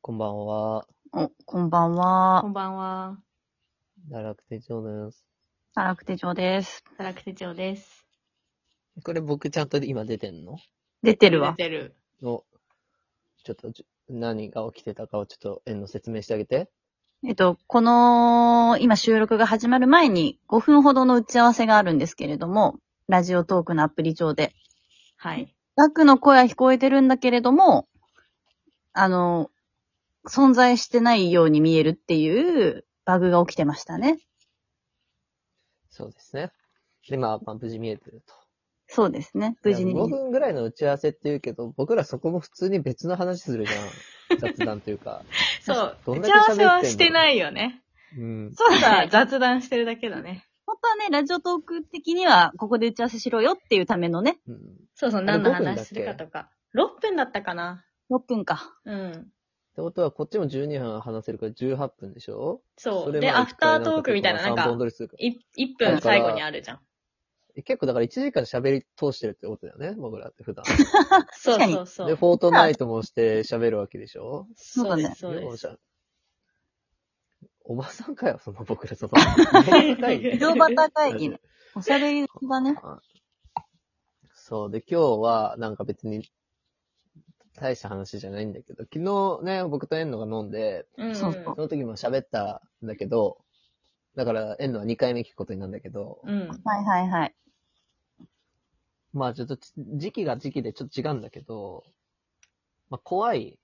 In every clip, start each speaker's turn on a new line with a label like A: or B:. A: こんばんは。
B: お、こんばん
C: こ
B: は。
C: んばんは。
A: 奈落手帳です。
B: 奈落手帳です。
C: タラク手帳です。
A: これ僕ちゃんと今出てんの
B: 出てるわ。
C: 出てる。
A: の、ちょっとじ何が起きてたかをちょっと縁の説明してあげて。
B: えっと、この、今収録が始まる前に5分ほどの打ち合わせがあるんですけれども、ラジオトークのアプリ上で。
C: はい。
B: ガクの声は聞こえてるんだけれども、あの、存在してないように見えるっていうバグが起きてましたね。
A: そうですね。で、まあ、まあ、無事見えてると。
B: そうですね。無事に。
A: 5分ぐらいの打ち合わせって言うけど、僕らそこも普通に別の話するじゃ ん。雑談というか。
C: そう。
A: どんだ
C: 打ち
A: け
C: 合
A: 喋
C: わせ
A: ってん
C: は
A: の
C: してないよね。
A: うん。
B: そうだ
C: ただ
B: ね。
C: 雑談してるだけだね。
B: 本当はね、ラジオトーク的には、ここで打ち合わせしろよっていうためのね、
A: うん、
C: そうそう、
A: れ
C: 何の
A: 5分だっ
C: 話
A: け
C: するかとか。6分だったかな。
B: 6分 か。
C: うん。
A: ってことは、こっちも12分話せるから18分でしょ
C: そう。
A: れ
C: で、
A: まあ
C: アフタートークみたいな、なん
A: 3
C: か
A: 本、撮りするか
C: 1分最後にあるじゃん。
A: ら結構だから1時間喋り通してるってことだよね、僕らって普段。
C: そう
B: かに
C: そうそ
A: で、
C: う。
A: フォートナイトもして喋るわけでしょ
C: そうです、
A: そ
C: そうです。
A: おばさんかよ、その僕ら、その。おばさんかい
B: 移動バター会議ね。おしゃべりだね。
A: そう。で、今日は、なんか別に、大した話じゃないんだけど、昨日ね、僕とエンノが飲んで、
C: うん
B: そうそう
A: その時も喋ったんだけど、だから、エンノは2回目聞くことになるんだけど、
C: うん。
B: はいはいはい。
A: まあちょっと、時期が時期でちょっと違うんだけど、まあ怖い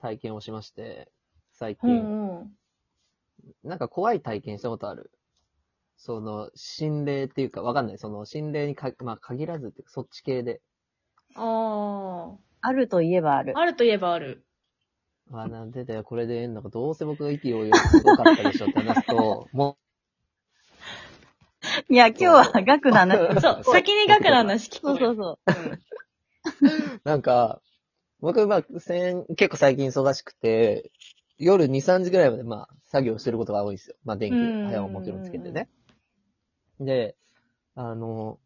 A: 体験をしまして、最
C: う
A: 近。
C: んうん。
A: なんか怖い体験したことあるその、心霊っていうか、わかんない。その、心霊にか、まあ、限らずっていうか、そっち系で。
C: あ
B: あるといえばある
C: あ。。あるといえばある。
A: あ、なんでだよ、これでええのか、どうせ僕が息をよくすごかったでしょって話と、も
B: いや、今日は学の話。
A: う、
C: そう、先に額の話聞
B: そ
C: こ
B: う
C: うよ。
B: そうそう。
C: うん
A: なんか、僕、まあ、先、結構最近忙しくて、夜2、3時ぐらいまで、まあ、作業してることが多いんですよ。まあ、電気、
C: うん
A: 早はもちろんつけてね。で、あの、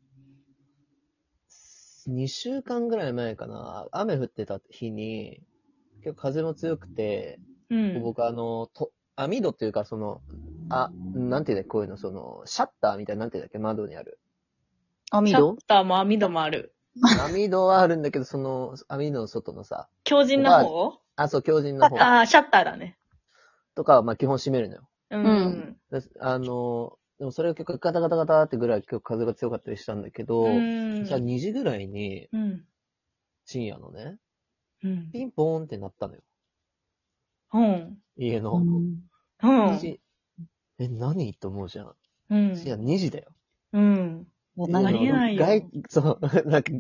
A: 2週間ぐらい前かな、雨降ってた日に、結構風も強くて、
C: うん。
A: 僕、あの、と、網戸っていうか、その、あ、なんていうんだっけ、こういうの、その、シャッターみたいな、なんていうんだっけ、窓にあ る。
B: 網
C: シャッ
B: 戸
C: ターも網戸もある。
A: 網戸はあるんだけど、その、網戸の外のさ、
C: 強靭な方
A: あ、そう、強靭な方。
C: ああ、シャッターだね。
A: とかは、まあ、基本閉めるのよ。
C: うん。
B: うん
A: だあの、でもそれが結構ガタガタガタってぐらい結構風が強かったりしたんだけど、
C: うん。
A: じゃあ2時ぐらいに
C: うん。
A: 深夜のね、
C: うん。
A: ピンポーンって鳴ったのよ。
C: うん。
A: 家の。
C: うん
A: 2。時え、何と思うじゃん。
C: う
A: 深夜
C: ん。
A: 2時だよ。
C: うん。
B: いや
A: 家の
C: ありえ
B: 何
C: ないよ
A: 外そう、なんか、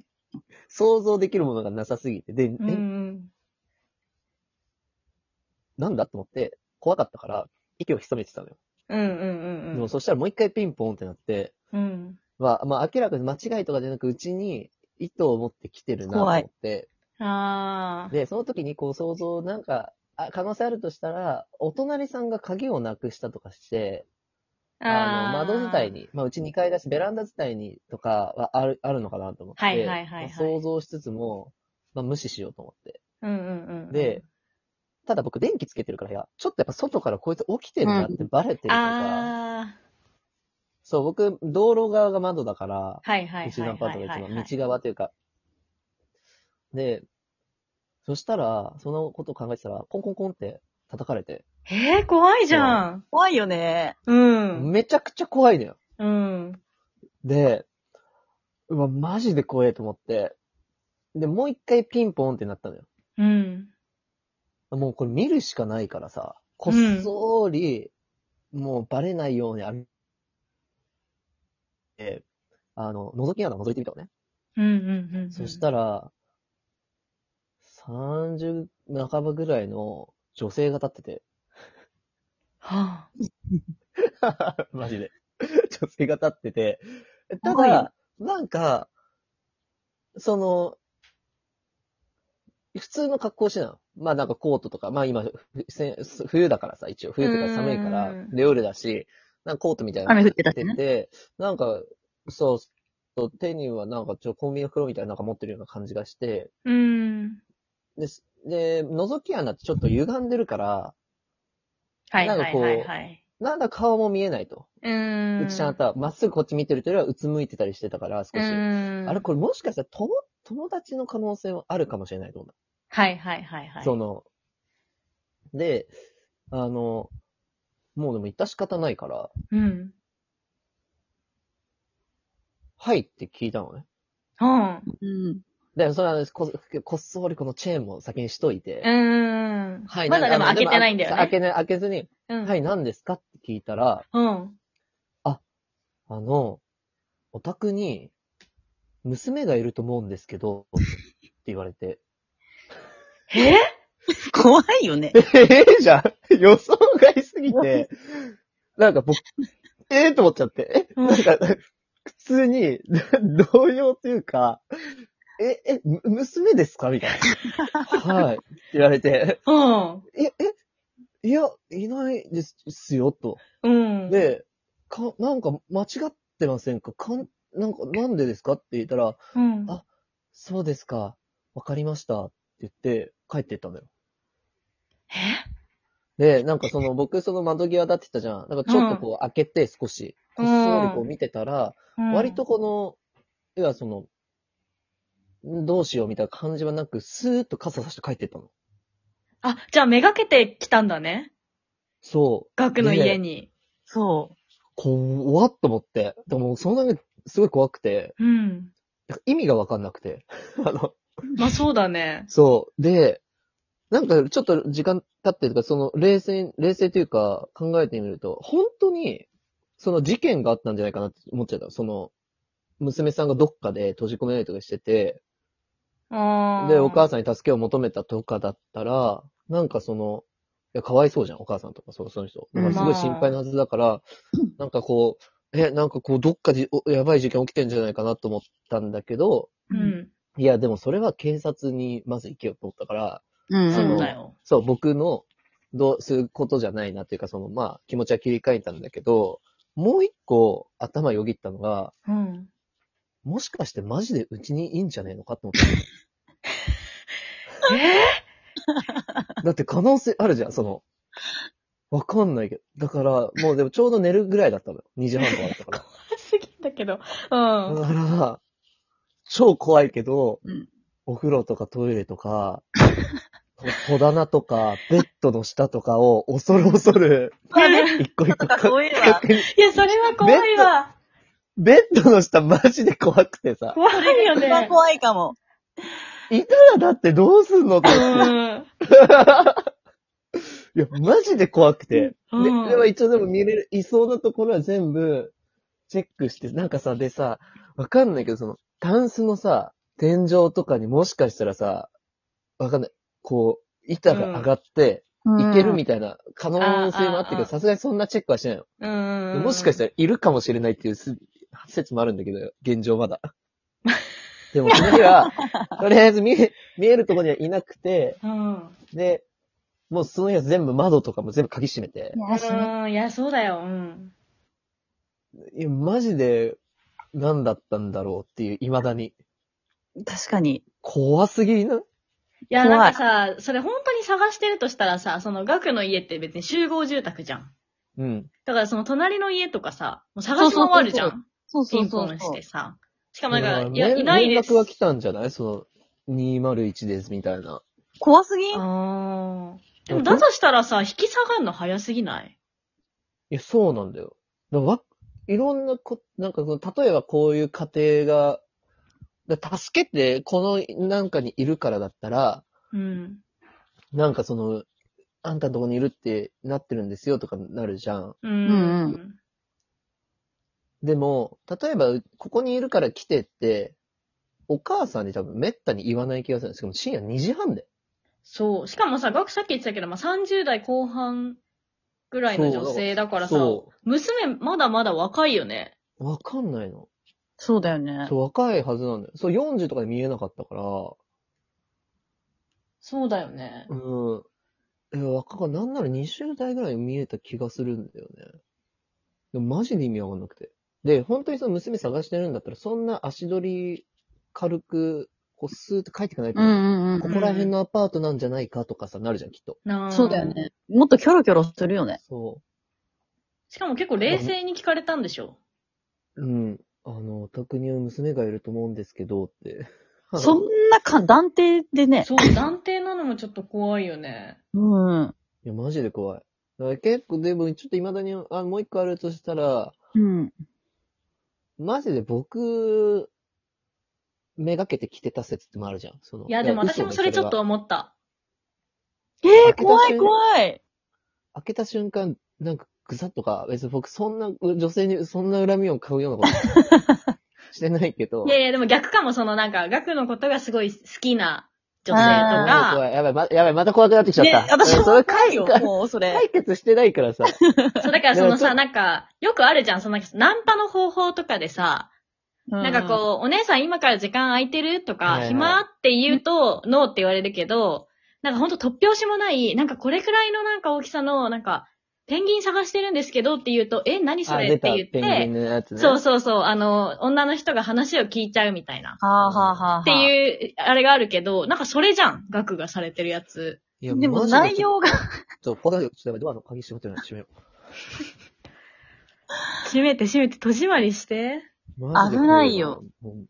A: 想像できるものがなさすぎて。で、
C: う
A: え、
C: ん。
A: なんだと思って、怖かったから、息を潜めてたのよ。
C: うん。うん。
A: で
C: うん
A: もそしたらもう一回ピンポーンってなって、
C: うん。
A: まあ、まあ明らかに間違いとかじゃなく、うちに糸を持ってきてるなと思って、
C: ああ。
A: で、その時にこう想像、なんか、あ可能性あるとしたら、お隣さんが鍵をなくしたとかして、あの、窓伝い。に、まあ、うち2階だし、ベランダ伝いにとかはある、あるのかなと思って、
C: はいはいはいはい
A: まあ想像しつつも、まあ、無視しようと思って。
C: うんうんうん。
A: で、、ただ僕電気つけてるから、いや、ちょっとやっぱ外からこいつ起きてるなってバレてるとか、
C: ああ。
A: そう、僕、道路側が窓だから、
C: はいはいはい。
A: うちのアパートが一
C: はいはい
A: 番、
C: はい
A: 道側というか。で、そしたら、そのことを考えてたら、コンコンコンって叩かれて、
C: えー、怖いじゃん。
B: 怖いよね。
C: うん。
A: めちゃくちゃ怖いのよ。
C: うん。
A: で、うわ、マジで怖えと思って、で、もう一回ピンポンってなったのよ。
C: うん。
A: もうこれ見るしかないからさ、こっそり、もうバレないように歩いて、あの、覗き穴覗いてみたのね。
C: うんうんうん。
A: そしたら、30半ばぐらいの女性が立ってて、
C: ら、は
A: マジで。 女性が立ってて、た
B: 怖い
A: だ
B: よ、
A: なんか、その、普通の格好してたの。まあなんかコートとか、まあ今、ふせ冬だからさ、一応。冬とか寒いから
C: うん、
A: で夜だし、なんかコートみたいなの
B: 雨降ってた
A: 着て
B: しね。
A: て、なんか、そうそう、手にはなんかちょ、コンビニの袋みたいななんか持ってるような感じがして、
C: うん。
A: です。で、覗き穴ってちょっと歪んでるから、
C: はい
A: なん
C: は
A: か
C: い
A: こう
C: はいはい。
A: なんだ顔も見えないと。
C: うーん。
A: うちちゃんあたまっすぐこっち見てるというよりはうつむいてたりしてたから、少し。
C: うん。
A: あれこれもしかしたら友友達の可能性もあるかもしれないと思う。
C: はいはいはいはい。
A: その、で、あの、もうでも致し方ないから、
C: うん。
A: はいって聞いたのね。
C: うん。
B: うん。
A: で、それはここっそりこのチェーンも先にしといて。
C: うん。
A: はい、
C: まだでも
A: あ
C: 開
A: の
C: けてないんだよね。
A: 開けない、開けずに、
C: うん。
A: はい、何ですかって聞いたら、
C: うん。
A: あの、お宅に、娘がいると思うんですけど、って言われて。
C: え
B: 怖いよね。
A: ええじゃん予想外すぎて、 なんか僕、ええと思っちゃって、え、
C: うん
A: なんか、普通に、 動揺というか、え、え、む娘ですかみたいな。はい。って言われて、
C: うん。
A: え、え、いや、いないですですよ、と。
C: うん。、
A: で、か、なんか間違ってませんかかん、なんか、なんでですかって言ったら、
C: うん。
A: あそうですか、わかりました、って言って、帰ってったのよ。
C: え
A: で、なんかその、僕、その窓際だって言ったじゃん。なんかちょっとこう開けて、少し、こっそりこう見てたら、
C: うん
A: 割と、この、要はその、どうしようみたいな感じはなく、スーッと傘さして帰ってったの。
C: あ、じゃあめがけてきたんだね。
A: そう。
C: 額の家に。
B: そ
A: 怖っと思って。でも、その時、すごい怖くて、
C: うん。
A: なんか意味がわかんなくて。 あの、
C: まあそうだね。
A: そう。で、なんかちょっと時間経ってとか、その冷静に、冷静というか考えてみると、本当に、その事件があったんじゃないかなって思っちゃった。その、娘さんがどっかで閉じ込められたりとかしてて、
C: あ
A: で、お母
C: さ
A: さんに助けを求めたとかだったら、なんかその、いや、かわいそうじゃん、お母さんとか、そのその人。だからすごい心配なはずだから、なんかこう、え、なんかこう、どっかでおやばい事件起きてんじゃないかなと思ったんだけど、
C: う。ん。
A: いや、でもそれは警察にまず行けよと思ったから、
B: う。うん。
C: そうだよ。
A: そう、僕の、どうすることじゃないなっていうか、その、まあ、気持ちは切り替えたんだけど、もう一個頭よぎったのが、
C: うん。
A: もしかしてマジでうちにいいんじゃねえのかって思っ
C: え
A: た。だって可能性あるじゃん、その。わかんないけど。だから、もうでもちょうど寝るぐらいだったのよ。2時半とかだったか
C: ー、すぎんだけど。うん
A: ら。。だから、超怖いけど、
B: うん
A: お風呂とかトイレとか、戸棚とか、ベッドの下とかを恐る恐る、
B: まあね
A: 一個一個か
B: 怖いわ。
C: いや、それは怖いわ。
A: ベッドの下マジで怖くてさ。
C: 怖いよ
B: それは
C: ね。
B: 怖いかも。
A: いたらだってどうすんのっ て。
C: うん。
A: いや、マジで怖くて。
C: うん
A: で、
C: うん
A: でも一応でも見れる、いそうなところは全部チェックして、なんかさ、でさ、わかんないけど、その、タンスのさ、天井とかにもしかしたらさ、わかんない。こう、板が上がって、いけるみたいな可能性もあったけ
C: あーあーあ
A: ど、
C: ー
A: さすがにそんなチェックはしないの。
C: うん。
A: もしかしたたらいるかもしれないっていうす説もあるんだけど、現状 まだ。でもその日は、とりあえず見え、見えるところにはいなくて、
C: ら。うん。
A: で、もうその日は全部窓とかも全部鍵閉めて、
B: いやそれ
C: うん。いや、そうだよ。うん。
A: いや、マジで何だったんだろうっていう、未だに。
B: 確かに。
A: 怖すぎな。
C: いや、
B: 怖い
C: なんかさ、それ本当に探してるとしたらさ、その額の家って別に集合住宅じゃん。
A: うん。
C: だからその隣の家とかさ、もう探し回るじゃん。
B: そう
C: ピ
B: そう
C: ン
B: そ
C: ポ
B: う
C: ン
B: そ
C: し
B: う
C: て。さ。しかもなんか、い
A: だ
C: や、
A: ら
C: いない
A: 連
C: です。
A: 絡は来たんじゃないその、201ですみたいな。
B: 怖すぎん
C: あーでもだとしたらさ、引き下がるの早すぎない
A: いや、そうなんだよ。だからわいろんなこ、なんかその、例えばこういう家庭が、だから助けて、このなんかにいるからだったら、
C: うん。
A: なんかその、あんたのとこにいるってなってるんですよとかなるじゃん。
C: う
B: うん
C: ん。
A: でも、例えば、ここにいるから来てって、お母さんに多分めったに言わない気がするんですけど、深夜2時半で。
C: そう。しかもさ、ガクさっき言ってたけど、まあ、30代後半ぐらいの女性だからさ、
A: そ
C: 娘まだまだ若いよね。
A: う。わかんないの。
B: そうだよね。
A: そう、若いはずなんだよ。そう、40とかで見えなかったから、
C: そうだよね。
A: うん。え、若か、なんなら20代ぐらいに見えた気がするんだよね。でもマジで意味わかんなくて。で、本当にその娘探してるんだったら、そんな足取り軽く、ここうスーッと帰ってかないと、
B: うんうん
A: こ
B: う。
A: こら辺のアパートなんじゃないかとかさ、なるじゃん、きっと。
C: なん
B: そうだよ。ね。もっとキョロキョロするよね。
A: そ
C: しかも結構冷静に聞かれたんでしょ
A: う。うん。あの、お宅には娘がいると思うんですけど、って。
B: そんなか、断定でね。
C: そう、断定なのもちょっと怖いよね。
B: うん。
A: いや、マジで怖い。だから結構、でも、ちょっと未だに、あ、もう一個あるとしたら、
B: うん。
A: マジで僕、めがけて着てた説ってもあるじゃん。その
C: いや、でも私もそれちょっと。思った。
B: ええ
A: 開けた瞬間
B: 怖い怖い。
A: 開けた瞬間、なんか、ぐさっとか、別に僕、そんな、女性にそんな恨みを買うようなこと してないけど。
C: いやいや、でも逆かも、そのなんか、ガクのことがすごい好きな女
A: あー
B: あ
C: 性とか、
A: 怖いやばい、ま、やばい、また怖くなってきちゃった。
B: ね、私
A: うん
B: も
A: それ
B: 怖いよ
A: 解、
B: もう、それ。
A: 解決してないからさ。
C: そう、だからその
A: でもちょっ
C: さ、なんか、よくあるじゃん、そのナンパの方法とかでさ、なんかこう、お姉さん今から時間空いてると
A: はい
C: か、
A: はい
C: 暇って言うと、ノーって言われるけど、なんかほんと突拍子もない、なんかこれくらいのなんか大きさの、なんか、ペンギン探してるんですけどって言うと、え、何 そ
A: あ、
C: れ
A: 出
C: って
A: た、
C: 言っ
A: ペンギ
C: て、
A: ンのやつね。
C: そうそうそう、あの、女の人が話を聞いちゃうみたいな。
B: う。はあはあはあ。
C: って
B: う。
C: いう、あれがあるけど、なんかそれじゃん。額がされてるやつ。
A: いや
B: でも内。容 が、
A: ちょっと、ちょっとやばい、ドアの鍵閉まってるな、閉めよ
C: 閉めて閉めて、戸締まりして。
A: う。マジで怖
B: 危ないよ。
A: うん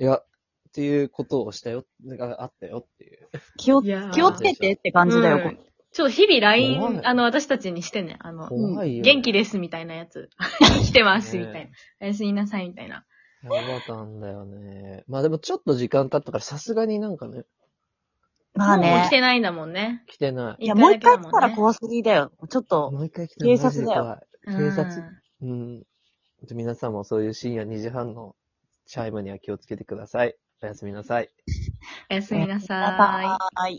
A: いや、っていうことをしたよ、なんかあったよっていう。
B: 気を、
C: いやー
B: 気をつけてって感じだよ、
C: うん
B: こ
C: ちょっと日々
A: 怖い
C: LINE、あの、私たちにしてね。あの、
A: 怖いよ。
C: 元気ですみたいなやつ。 生きてますみたいな。
A: ね
C: おやすみなさいみたいな。
A: やばかんだよね。まあでもちょっと時間経ったからさすがになんかね、
B: まあ
C: もう起
B: ね
C: き。てないんだもんね。
A: 来てない。
B: いや、もう一回来たら
C: い。
B: 怖すぎだよ。ちょっと、
A: もう一回来てない。
B: 警察だよ
A: マジで
C: うん
A: 怖い。警察うん。皆さんもそういう深夜2時半のチャイムには気をつけてください。おやすみなさい。
C: おやすみなさ
B: バ
C: い。
B: イバイ。